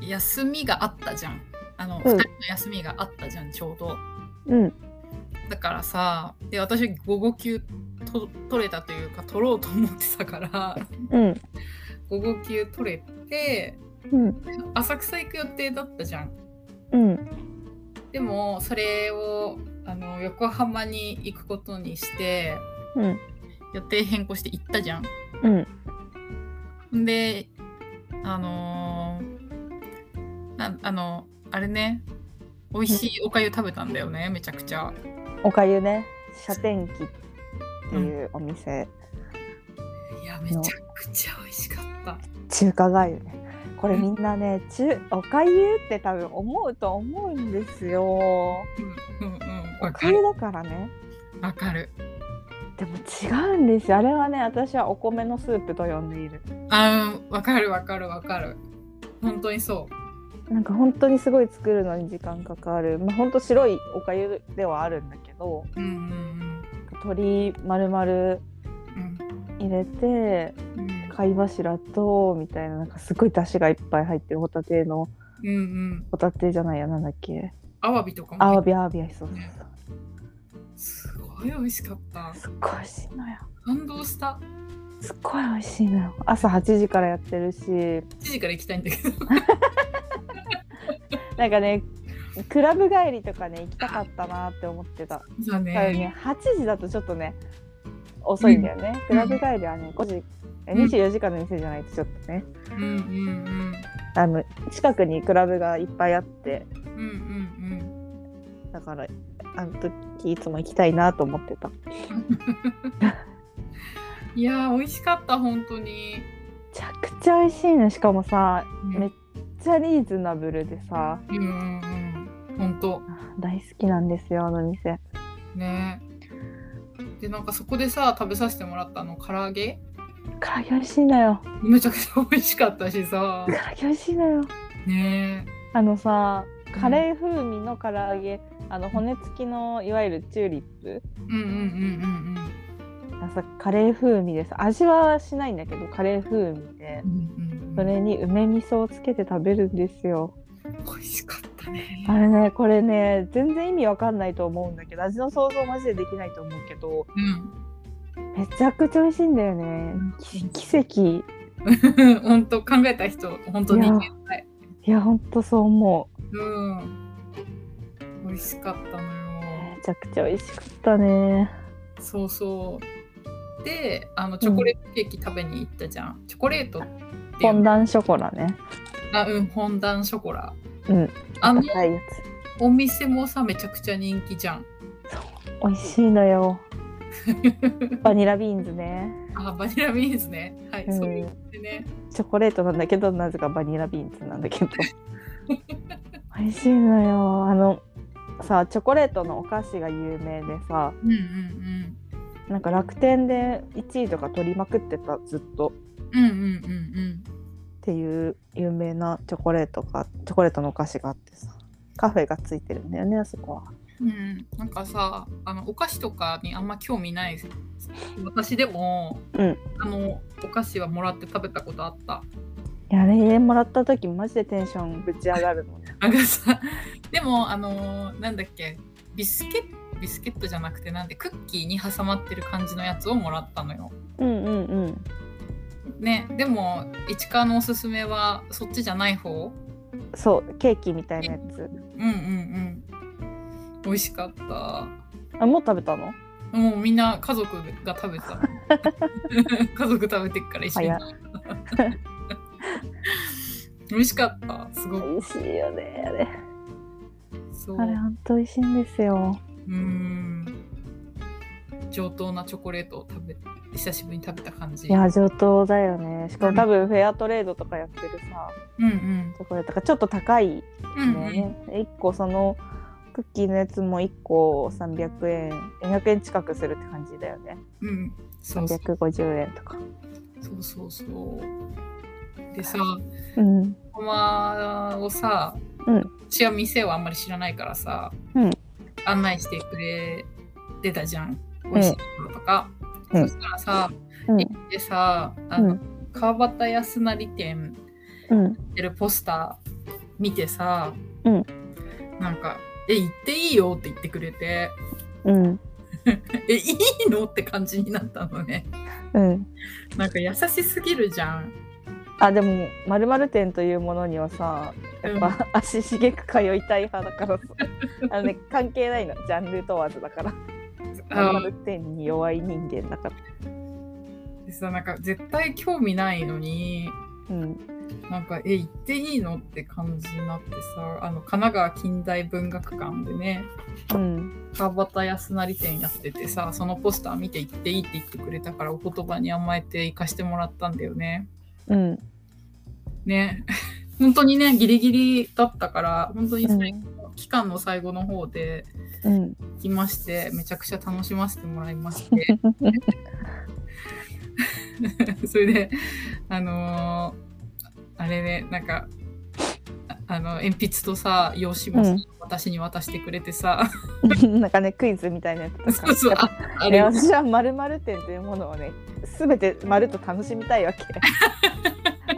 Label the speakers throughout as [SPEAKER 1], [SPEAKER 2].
[SPEAKER 1] 休みがあったじゃんあの、
[SPEAKER 2] うん
[SPEAKER 1] 二2人の休みがあったじゃんちょうど
[SPEAKER 2] うん
[SPEAKER 1] だからさで私午後休と取れたというか取ろうと思ってたから
[SPEAKER 2] うん
[SPEAKER 1] 午後休取れて
[SPEAKER 2] うん
[SPEAKER 1] 浅草行く予定だったじゃん
[SPEAKER 2] うん
[SPEAKER 1] でもそれをあの横浜に行くことにして
[SPEAKER 2] うん
[SPEAKER 1] 予定変更して行ったじゃん
[SPEAKER 2] うん
[SPEAKER 1] んであのーなあのあれね美味しいおかゆ食べたんだよねめちゃくちゃ
[SPEAKER 2] おかゆね社天気っていうお店、
[SPEAKER 1] いやめちゃくちゃ美味しかった
[SPEAKER 2] 中華がゆねこれみんなね中おかゆって多分思うと思うんですよお
[SPEAKER 1] うんうんうんわか
[SPEAKER 2] か
[SPEAKER 1] る
[SPEAKER 2] ゆだからね
[SPEAKER 1] わかる
[SPEAKER 2] でも違うんですよあれはね私はお米のスープと呼んでいる
[SPEAKER 1] あーわかるわかるわかる本当にそう
[SPEAKER 2] なんか本当にすごい作るのに時間かかるまあ本当白いおかゆではあるんだけど
[SPEAKER 1] うんうん
[SPEAKER 2] 鶏丸々
[SPEAKER 1] うん
[SPEAKER 2] 入れて
[SPEAKER 1] うん
[SPEAKER 2] 貝柱とみたいななんかすごい出汁がいっぱい入ってるホタテの
[SPEAKER 1] うんうん
[SPEAKER 2] ホタテじゃないやなんだっけ
[SPEAKER 1] アワビとかも
[SPEAKER 2] ア
[SPEAKER 1] 入
[SPEAKER 2] ワ
[SPEAKER 1] って
[SPEAKER 2] ビアワビそうそうそう
[SPEAKER 1] すごい美味しかった
[SPEAKER 2] すっごい美味しいのよ
[SPEAKER 1] 感動した
[SPEAKER 2] すっごい美味しいのよ朝8時からやってるし
[SPEAKER 1] 7時から行きたいんだけど
[SPEAKER 2] なんかねクラブ帰りとかね行きたかったなって思ってた
[SPEAKER 1] そう
[SPEAKER 2] ただ
[SPEAKER 1] ね
[SPEAKER 2] ね8時だとちょっとね遅いんだよね、クラブ帰りはね5時え
[SPEAKER 1] うん
[SPEAKER 2] 24時間の店じゃないとちょっとね
[SPEAKER 1] うんうん
[SPEAKER 2] あの近くにクラブがいっぱいあって
[SPEAKER 1] うんうんうん
[SPEAKER 2] だからあの時いつも行きたいなと思ってた
[SPEAKER 1] うんいやー美味しかった本当に
[SPEAKER 2] めちゃくちゃ美味しいねしかもさめ
[SPEAKER 1] っ
[SPEAKER 2] っちゃリーズナブルでさ
[SPEAKER 1] うんうんうん本当
[SPEAKER 2] 大好きなんですよあの店
[SPEAKER 1] ねでなんかそこでさ食べさせてもらったあの唐揚げ
[SPEAKER 2] 唐揚げ美味しいのよ
[SPEAKER 1] めちゃくちゃ美味しかったしさ
[SPEAKER 2] 唐揚げ美味しいのよ
[SPEAKER 1] ね
[SPEAKER 2] あのさカレー風味の唐揚げあの骨付きのいわゆるチューリップ
[SPEAKER 1] うんうんうん
[SPEAKER 2] あさカレー風味です味はしないんだけどカレー風味で
[SPEAKER 1] うんうんうん
[SPEAKER 2] それに梅味噌をつけて食べるんですよ
[SPEAKER 1] 美味しかったね
[SPEAKER 2] あれねこれね全然意味わかんないと思うんだけど味の想像マジでできないと思うけど
[SPEAKER 1] うん
[SPEAKER 2] めちゃくちゃ美味しいんだよねき奇跡
[SPEAKER 1] 本当考えた人本当
[SPEAKER 2] い
[SPEAKER 1] に
[SPEAKER 2] や
[SPEAKER 1] 人間ない
[SPEAKER 2] いやほんとそう思
[SPEAKER 1] うん美味しかったの
[SPEAKER 2] う
[SPEAKER 1] よ
[SPEAKER 2] めちゃくちゃ美味しかったね
[SPEAKER 1] そうそうであのチョコレートケーキ食べに行ったじゃん、チョコレートってい
[SPEAKER 2] フォン
[SPEAKER 1] う
[SPEAKER 2] ダンショコラね
[SPEAKER 1] あうんフォンダンショコラ
[SPEAKER 2] うん
[SPEAKER 1] あの
[SPEAKER 2] 高いや
[SPEAKER 1] お店もさめちゃくちゃ人気じゃん
[SPEAKER 2] つ美味しいの よバニラビーンズね
[SPEAKER 1] あバニラビーンズねはい、
[SPEAKER 2] うん
[SPEAKER 1] そういうお店ね
[SPEAKER 2] チョコレートなんだけどなぜかバニラビーンズなんだけ ど美味しいのよあのさチョコレートのお菓子が有名でさ
[SPEAKER 1] うんうん
[SPEAKER 2] なんか楽天で1位とか取りまくってたずっと
[SPEAKER 1] うんうんうんうん
[SPEAKER 2] っていう有名なチョコレートがチョコレートのお菓子があってさカフェがついてるんだよねあそこは
[SPEAKER 1] うんうんなんかさあのお菓子とかにあんま興味ない私でも、
[SPEAKER 2] うん
[SPEAKER 1] あのお菓子はもらって食べたことあった
[SPEAKER 2] いやあれもらった時マジでテンションぶち上がるのね
[SPEAKER 1] なんかさでもあのーなんだっけビスケットビスケットじゃなくてなんでクッキーに挟まってる感じのやつをもらったのよ。
[SPEAKER 2] うんうんうん
[SPEAKER 1] ねでも市川のおすすめはそっちじゃない方
[SPEAKER 2] そうケーキみたいなやつ
[SPEAKER 1] うんうんうん美味しかった。
[SPEAKER 2] あもう食べたの
[SPEAKER 1] もうみんな家族が食べ た。家族食べてっから一緒に
[SPEAKER 2] 早っ。
[SPEAKER 1] 美味しかったすごく
[SPEAKER 2] 美味しいよねあれ
[SPEAKER 1] そう
[SPEAKER 2] あれほんと美味しいんですよ
[SPEAKER 1] うーん上等なチョコレートを食べ久しぶりに食べた感じ
[SPEAKER 2] いや上等だよねしかも多分フェアトレードとかやってるさ
[SPEAKER 1] うんうん
[SPEAKER 2] チョコレートがちょっと高いん
[SPEAKER 1] う
[SPEAKER 2] だ
[SPEAKER 1] ん
[SPEAKER 2] よね、1個そのクッキーのやつも1個300円400円近くするって感じだよね
[SPEAKER 1] うんうんそうそう
[SPEAKER 2] 350円とか
[SPEAKER 1] そうそうそうでさ
[SPEAKER 2] うん
[SPEAKER 1] ママをさ、
[SPEAKER 2] うん
[SPEAKER 1] 私は店をあんまり知らないからさ、
[SPEAKER 2] うん
[SPEAKER 1] 案内してくれてたじゃん美味しいところとか、
[SPEAKER 2] うん
[SPEAKER 1] そしたらさ、
[SPEAKER 2] うん
[SPEAKER 1] 行ってさあ
[SPEAKER 2] う
[SPEAKER 1] の、
[SPEAKER 2] ん
[SPEAKER 1] 川端康成店
[SPEAKER 2] うん
[SPEAKER 1] やってるポスター見てさ、
[SPEAKER 2] うん
[SPEAKER 1] なんか「え行っていいよ」って言ってくれて
[SPEAKER 2] うん
[SPEAKER 1] 「えいいの?」って感じになったのね
[SPEAKER 2] うん
[SPEAKER 1] なんか優しすぎるじゃん
[SPEAKER 2] あでもまるまる店というものにはさやっぱ、足しげく通いたい派だからさあのね関係ないのジャンル問わずだからまるま
[SPEAKER 1] あ
[SPEAKER 2] る店に弱い人間だから
[SPEAKER 1] でさなんか絶対興味ないのに
[SPEAKER 2] うん
[SPEAKER 1] なんか「え行っていいの?」って感じになってさあの神奈川近代文学館でね
[SPEAKER 2] うん
[SPEAKER 1] 川端康成展やっててさそのポスター見て行っていいって言ってくれたからお言葉に甘えて行かしてもらったんだよね。
[SPEAKER 2] うん
[SPEAKER 1] ね 本当にねギリギリだったから本当に最後、期間の最後の方で
[SPEAKER 2] うん
[SPEAKER 1] 行きましてめちゃくちゃ楽しませてもらいまして それであのーあれねなんかああの鉛筆とさ用紙もさ、
[SPEAKER 2] うん
[SPEAKER 1] 私に渡してくれてさ
[SPEAKER 2] なんかねクイズみたいなやつとか
[SPEAKER 1] そうそうああ
[SPEAKER 2] ね
[SPEAKER 1] れ
[SPEAKER 2] 私はまるまる点というものをね全てまるっと楽しみたい わけ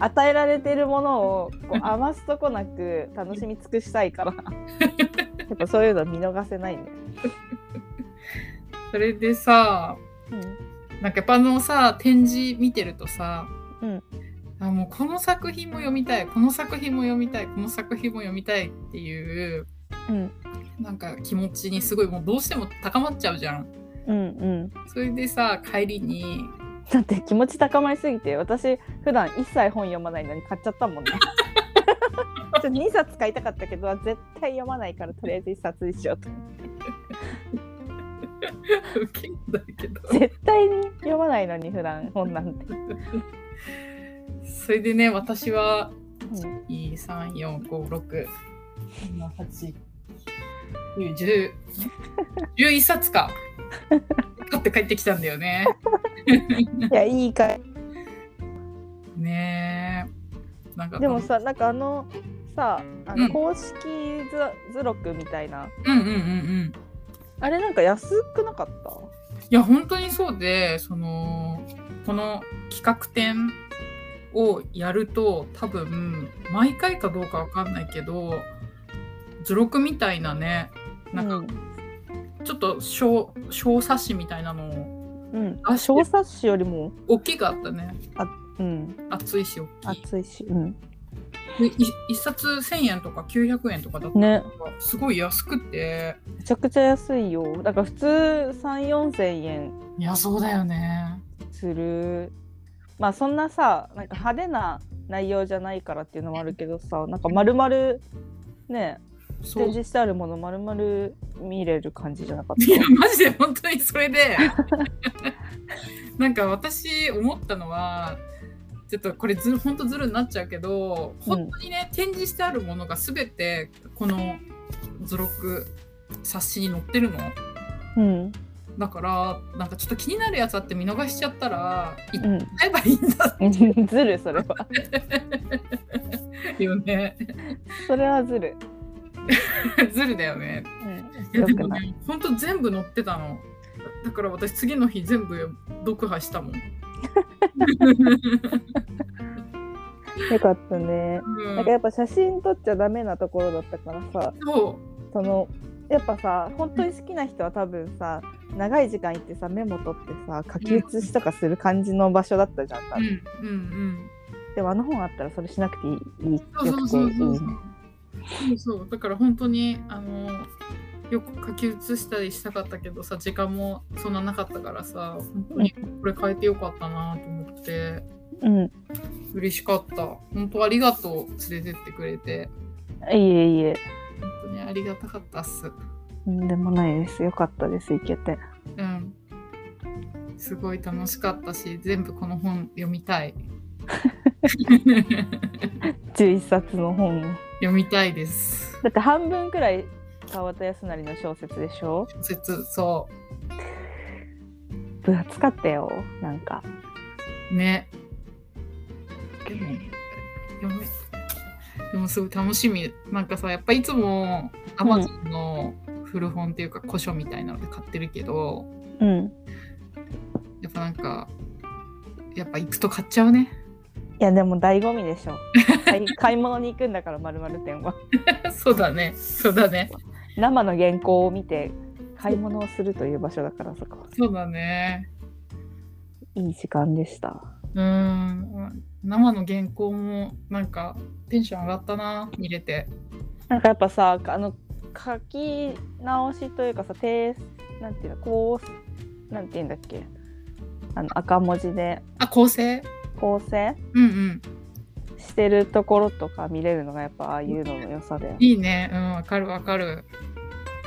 [SPEAKER 2] 与えられてるものをこう余すとこなく楽しみ尽くした いからやっぱそういうの見逃せないね、
[SPEAKER 1] それでさなんかやっぱあのさ展示見てるとさ、
[SPEAKER 2] うん
[SPEAKER 1] あもうこの作品も読みたいこの作品も読みたいこの作品も読みたいっていう
[SPEAKER 2] うん、うん
[SPEAKER 1] なんか気持ちにすごいもうどうしても高まっちゃうじゃん。
[SPEAKER 2] うんうん
[SPEAKER 1] それでさ帰りに
[SPEAKER 2] だって気持ち高まりすぎて私普段一切本読まないのに買っちゃった もんねちょっと2冊買いたかったけど絶対読まないからとりあえず1冊にしよ うと
[SPEAKER 1] 受けんだけど
[SPEAKER 2] 絶対に読まないのに普段本なんて、
[SPEAKER 1] それでね私は
[SPEAKER 2] うん
[SPEAKER 1] 234567891 11冊 か買って帰ってきたんだよね。
[SPEAKER 2] いやいいか
[SPEAKER 1] ねえなんか
[SPEAKER 2] でもさなんかあのさあ
[SPEAKER 1] う
[SPEAKER 2] の
[SPEAKER 1] ん
[SPEAKER 2] 公式図図録みたいな、
[SPEAKER 1] うんうんうんうん
[SPEAKER 2] あれなんか安くなかった
[SPEAKER 1] いや本当にそうでそのこの企画展をやると多分毎回かどうかわかんないけど図録みたいなねなんか
[SPEAKER 2] うん
[SPEAKER 1] ちょっと小小冊子みたいなのを
[SPEAKER 2] うん、
[SPEAKER 1] あ
[SPEAKER 2] 小冊子よりも、
[SPEAKER 1] 大きかったね
[SPEAKER 2] うん、
[SPEAKER 1] 厚いし大きい
[SPEAKER 2] 厚いし、うん、
[SPEAKER 1] でい一冊1,000円とか900円とかだった
[SPEAKER 2] ね
[SPEAKER 1] からすごい安くて
[SPEAKER 2] めちゃくちゃ安いよだから普通3 4千円
[SPEAKER 1] いやそうだよね
[SPEAKER 2] するまあそんなさなんか派手な内容じゃないからっていうのもあるけどさなんか丸々ね
[SPEAKER 1] そ
[SPEAKER 2] 展
[SPEAKER 1] う
[SPEAKER 2] 示してあるもの丸々見れる感じじゃなかっ
[SPEAKER 1] いや
[SPEAKER 2] た
[SPEAKER 1] マジで本当にそれでなんか私思ったのはちょっとこれず本当ずるになっちゃうけど本当にね、展示してあるものが全てこの図録冊子に載ってるの
[SPEAKER 2] うん
[SPEAKER 1] だからなんかちょっと気になるやつあって見逃しちゃったら行っ
[SPEAKER 2] う
[SPEAKER 1] ちゃえばいいんだ
[SPEAKER 2] ん ずるそれは
[SPEAKER 1] っていうね
[SPEAKER 2] それはずる
[SPEAKER 1] ずるだよね
[SPEAKER 2] う
[SPEAKER 1] いやで
[SPEAKER 2] ん、よく
[SPEAKER 1] も
[SPEAKER 2] ない。
[SPEAKER 1] ね本当全部載ってたのだから私次の日全部読破したもん、
[SPEAKER 2] よかったね。
[SPEAKER 1] うん
[SPEAKER 2] なんかやっぱ写真撮っちゃダメなところだったからさ、
[SPEAKER 1] そう
[SPEAKER 2] そのやっぱさ、本当に好きな人は多分さ、長い時間行ってさ、メモ取ってさ、書き写しとかする感じの場所だったじゃん。多
[SPEAKER 1] う
[SPEAKER 2] 分
[SPEAKER 1] んうんうん
[SPEAKER 2] でもあの本あったらそれしなくていい、いいよ
[SPEAKER 1] そうそう
[SPEAKER 2] くてい
[SPEAKER 1] そう
[SPEAKER 2] い
[SPEAKER 1] そうそ
[SPEAKER 2] ね
[SPEAKER 1] う。そうそうだから本当にあのよく書き写したりしたかったけどさ時間もそんななかったからさ本当にこれ変えてよかったなと思って
[SPEAKER 2] うん、
[SPEAKER 1] 嬉しかった本当ありがとう連れてってくれて
[SPEAKER 2] いえいえ、
[SPEAKER 1] 本当にありがたかったっす
[SPEAKER 2] とんでもないです。よかったです。行けて。
[SPEAKER 1] うんすごい楽しかったし全部この本読みた い読
[SPEAKER 2] 11冊の本を。
[SPEAKER 1] みたいです
[SPEAKER 2] だって半分くらい川端康成の小説でしょ。
[SPEAKER 1] 説そ
[SPEAKER 2] 分厚かったよ。なんか。
[SPEAKER 1] うねでも読めでもすごい楽しみなんかさやっぱいつもアマゾンの古本っていうか古書みたいなので買ってるけど
[SPEAKER 2] うん。
[SPEAKER 1] やっぱなんかやっぱ行くと買っちゃうね
[SPEAKER 2] いやでも醍醐味でしょ買い 買い物に行くんだからまるまる店は
[SPEAKER 1] そうだねそうだね
[SPEAKER 2] 生の原稿を見て買い物をするという場所だからそこ
[SPEAKER 1] そうだね
[SPEAKER 2] いい時間でした
[SPEAKER 1] うん生の原稿もなんかテンション上がったな見れて
[SPEAKER 2] なんかやっぱさあの書き直しというかさてなんていうのこうなんていうんだっけあの赤文字で
[SPEAKER 1] あ構成
[SPEAKER 2] 構成
[SPEAKER 1] うんうん
[SPEAKER 2] してるところとか見れるのがやっぱああいうのの良さだよね
[SPEAKER 1] いいねうんわかるわかる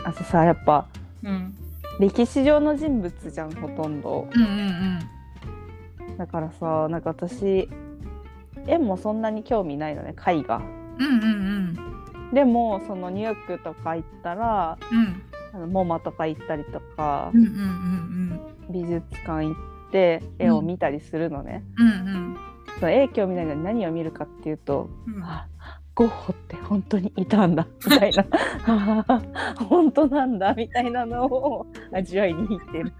[SPEAKER 2] あとさやっぱ
[SPEAKER 1] うん
[SPEAKER 2] 歴史上の人物じゃんほとんど
[SPEAKER 1] うんうん
[SPEAKER 2] だからさなんか私絵もそんなに興味ないのね絵画
[SPEAKER 1] うんうんうん
[SPEAKER 2] でもそのニューヨークとか行ったら
[SPEAKER 1] うん
[SPEAKER 2] あのモマとか行ったりとか
[SPEAKER 1] うんうんうん
[SPEAKER 2] 美術館行って絵を見たりするのね、
[SPEAKER 1] うんうん
[SPEAKER 2] その絵興味ないのに何を見るかっていうと
[SPEAKER 1] うん
[SPEAKER 2] あゴッホって本当にいたんだみたいな あ本当なんだみたいなのを味わいに行ってる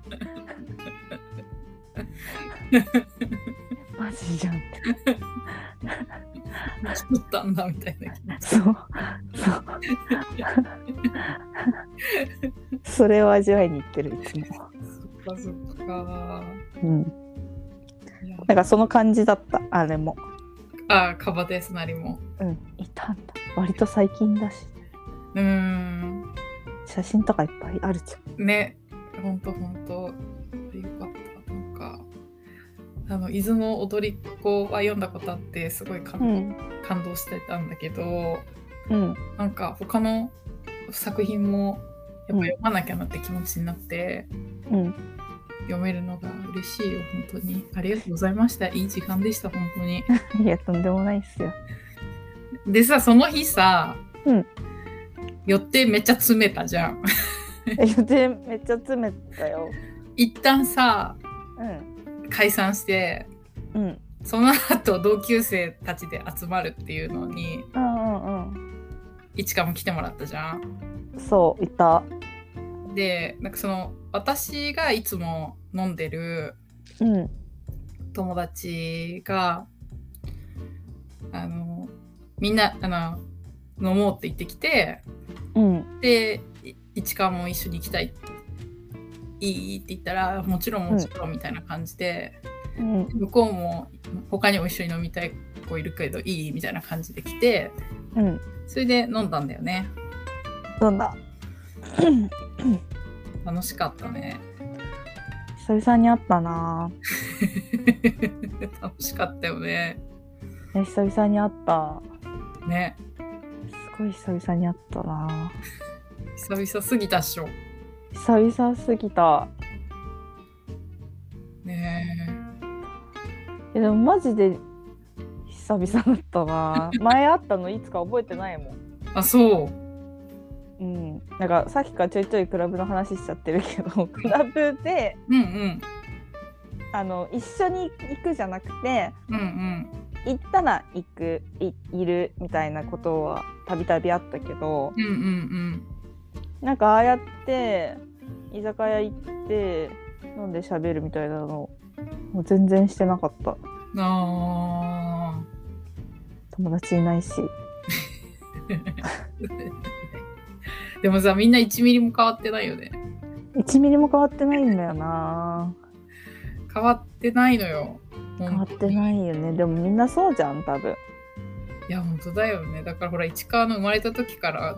[SPEAKER 2] マジじゃんって
[SPEAKER 1] 作ったんだみたいな
[SPEAKER 2] そう そうそれを味わいに行ってるいつも、
[SPEAKER 1] そっかそっか
[SPEAKER 2] うん、
[SPEAKER 1] いや
[SPEAKER 2] なんかその感じだったあれも
[SPEAKER 1] あカバテスなりも
[SPEAKER 2] うんいたんだ割と最近だし
[SPEAKER 1] うーん
[SPEAKER 2] 写真とかいっぱいあるじゃん
[SPEAKER 1] ねほんとほんとよかったなんかあの「伊豆の踊り子」は読んだことあってすごい感,、
[SPEAKER 2] ん
[SPEAKER 1] 感動してたんだけど
[SPEAKER 2] うん
[SPEAKER 1] なんか他の作品もやっぱ読まなきゃなって気持ちになって、
[SPEAKER 2] うん
[SPEAKER 1] 読めるのが嬉しいよ本当にありがとうございましたいい時間でした本当に
[SPEAKER 2] いやとんでもないっすよ
[SPEAKER 1] でさその日さ、
[SPEAKER 2] うん
[SPEAKER 1] 寄ってめっちゃ詰めたじゃん
[SPEAKER 2] え予定めっちゃ詰めたよ
[SPEAKER 1] 一旦さ
[SPEAKER 2] うん
[SPEAKER 1] 解散して
[SPEAKER 2] うん
[SPEAKER 1] その後同級生たちで集まるっていうのに
[SPEAKER 2] うんうん
[SPEAKER 1] いちかも来てもらったじゃん。
[SPEAKER 2] うんそういた
[SPEAKER 1] でなんかその私がいつも飲んでる
[SPEAKER 2] うん
[SPEAKER 1] 友達があのみんなあの飲もうって言ってきて
[SPEAKER 2] うん
[SPEAKER 1] でいいちかも一緒に行きたいいいって言ったらもちろんもちろんみたいな感じで、
[SPEAKER 2] うん
[SPEAKER 1] 向こうも他にも一緒に飲みたい子いるけどいいみたいな感じで来て
[SPEAKER 2] うん
[SPEAKER 1] それで飲んだんだよね
[SPEAKER 2] どんだ
[SPEAKER 1] 楽しかったね
[SPEAKER 2] 久々に会ったな
[SPEAKER 1] 楽しかったよね
[SPEAKER 2] ぁえ久々に会った
[SPEAKER 1] ね
[SPEAKER 2] すごい久々に会ったな
[SPEAKER 1] 久々すぎたっしょ
[SPEAKER 2] ぁ久々すぎた
[SPEAKER 1] ね
[SPEAKER 2] えでもマジで久々だったな ぁ前会ったのいつか覚えてないもん
[SPEAKER 1] えあそう
[SPEAKER 2] うん、なんかさっきからちょいちょいクラブの話しちゃってるけど クラブで
[SPEAKER 1] うんうん
[SPEAKER 2] あの一緒に行くじゃなくて
[SPEAKER 1] うんうん
[SPEAKER 2] 行ったら行くいいるみたいなことはたびたびあったけど
[SPEAKER 1] うんうん
[SPEAKER 2] なんかああやって居酒屋行って飲んで喋るみたいなのもう全然してなかった
[SPEAKER 1] うんあ
[SPEAKER 2] 友達いないし
[SPEAKER 1] ー でもさみんな1ミリも変わってないよね
[SPEAKER 2] 1ミリも変わってないんだよな
[SPEAKER 1] 変わってないのよ
[SPEAKER 2] 変わって
[SPEAKER 1] い
[SPEAKER 2] ないよねでもみんなそうじゃん多分
[SPEAKER 1] いや本当だよねだからほら市川の生まれた時から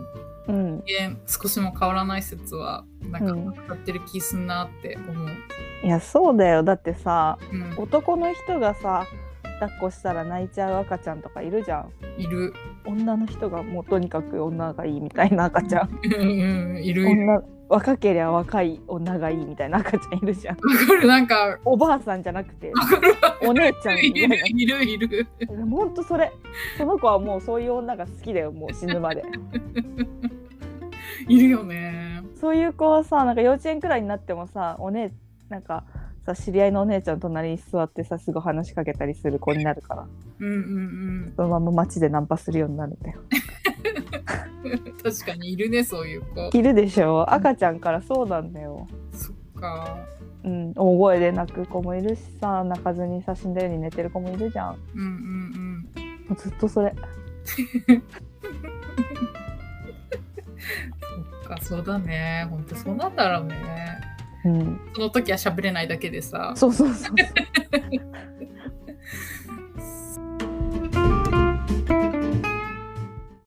[SPEAKER 2] うん
[SPEAKER 1] 人間少しも変わらない説はなん
[SPEAKER 2] うん
[SPEAKER 1] か語ってる気すんなって思う、
[SPEAKER 2] いやそうだよだってさ
[SPEAKER 1] うん
[SPEAKER 2] 男の人がさ抱っこしたら泣いちゃう赤ちゃんとかいるじゃん
[SPEAKER 1] いる
[SPEAKER 2] 女の人がもうとにかく女がいいみたいな赤ちゃん
[SPEAKER 1] うんいるいる
[SPEAKER 2] 女若けりゃ若い女がいいみたいな赤ちゃんいる じゃん
[SPEAKER 1] わかるなんか
[SPEAKER 2] おばあさんじゃなくて
[SPEAKER 1] わかる
[SPEAKER 2] お姉ちゃん
[SPEAKER 1] い
[SPEAKER 2] みた
[SPEAKER 1] る
[SPEAKER 2] い
[SPEAKER 1] いるいる
[SPEAKER 2] なほんとそれその子はもうそういう女が好きだよもう死ぬまで
[SPEAKER 1] いるよね
[SPEAKER 2] そういう子はさなんか幼稚園くらいになってもさお姉なんかさ知り合いのお姉ちゃん隣に座ってさすぐ話しかけたりする子になるから
[SPEAKER 1] うんうん
[SPEAKER 2] そのまま街でナンパするようになるんだよ
[SPEAKER 1] うん確かにいるねそういう子
[SPEAKER 2] いるでしょ赤ちゃんからそうなんだよ
[SPEAKER 1] そっか
[SPEAKER 2] うん、大声で泣く子もいるしさ泣かずにさ死んだように寝てる子もいるじゃんも
[SPEAKER 1] うんうん
[SPEAKER 2] うずっとそれ
[SPEAKER 1] うん。そっかそうだね。本当そうなんだろうね。
[SPEAKER 2] うん
[SPEAKER 1] その時は喋れないだけでさ。
[SPEAKER 2] そうそうそうそう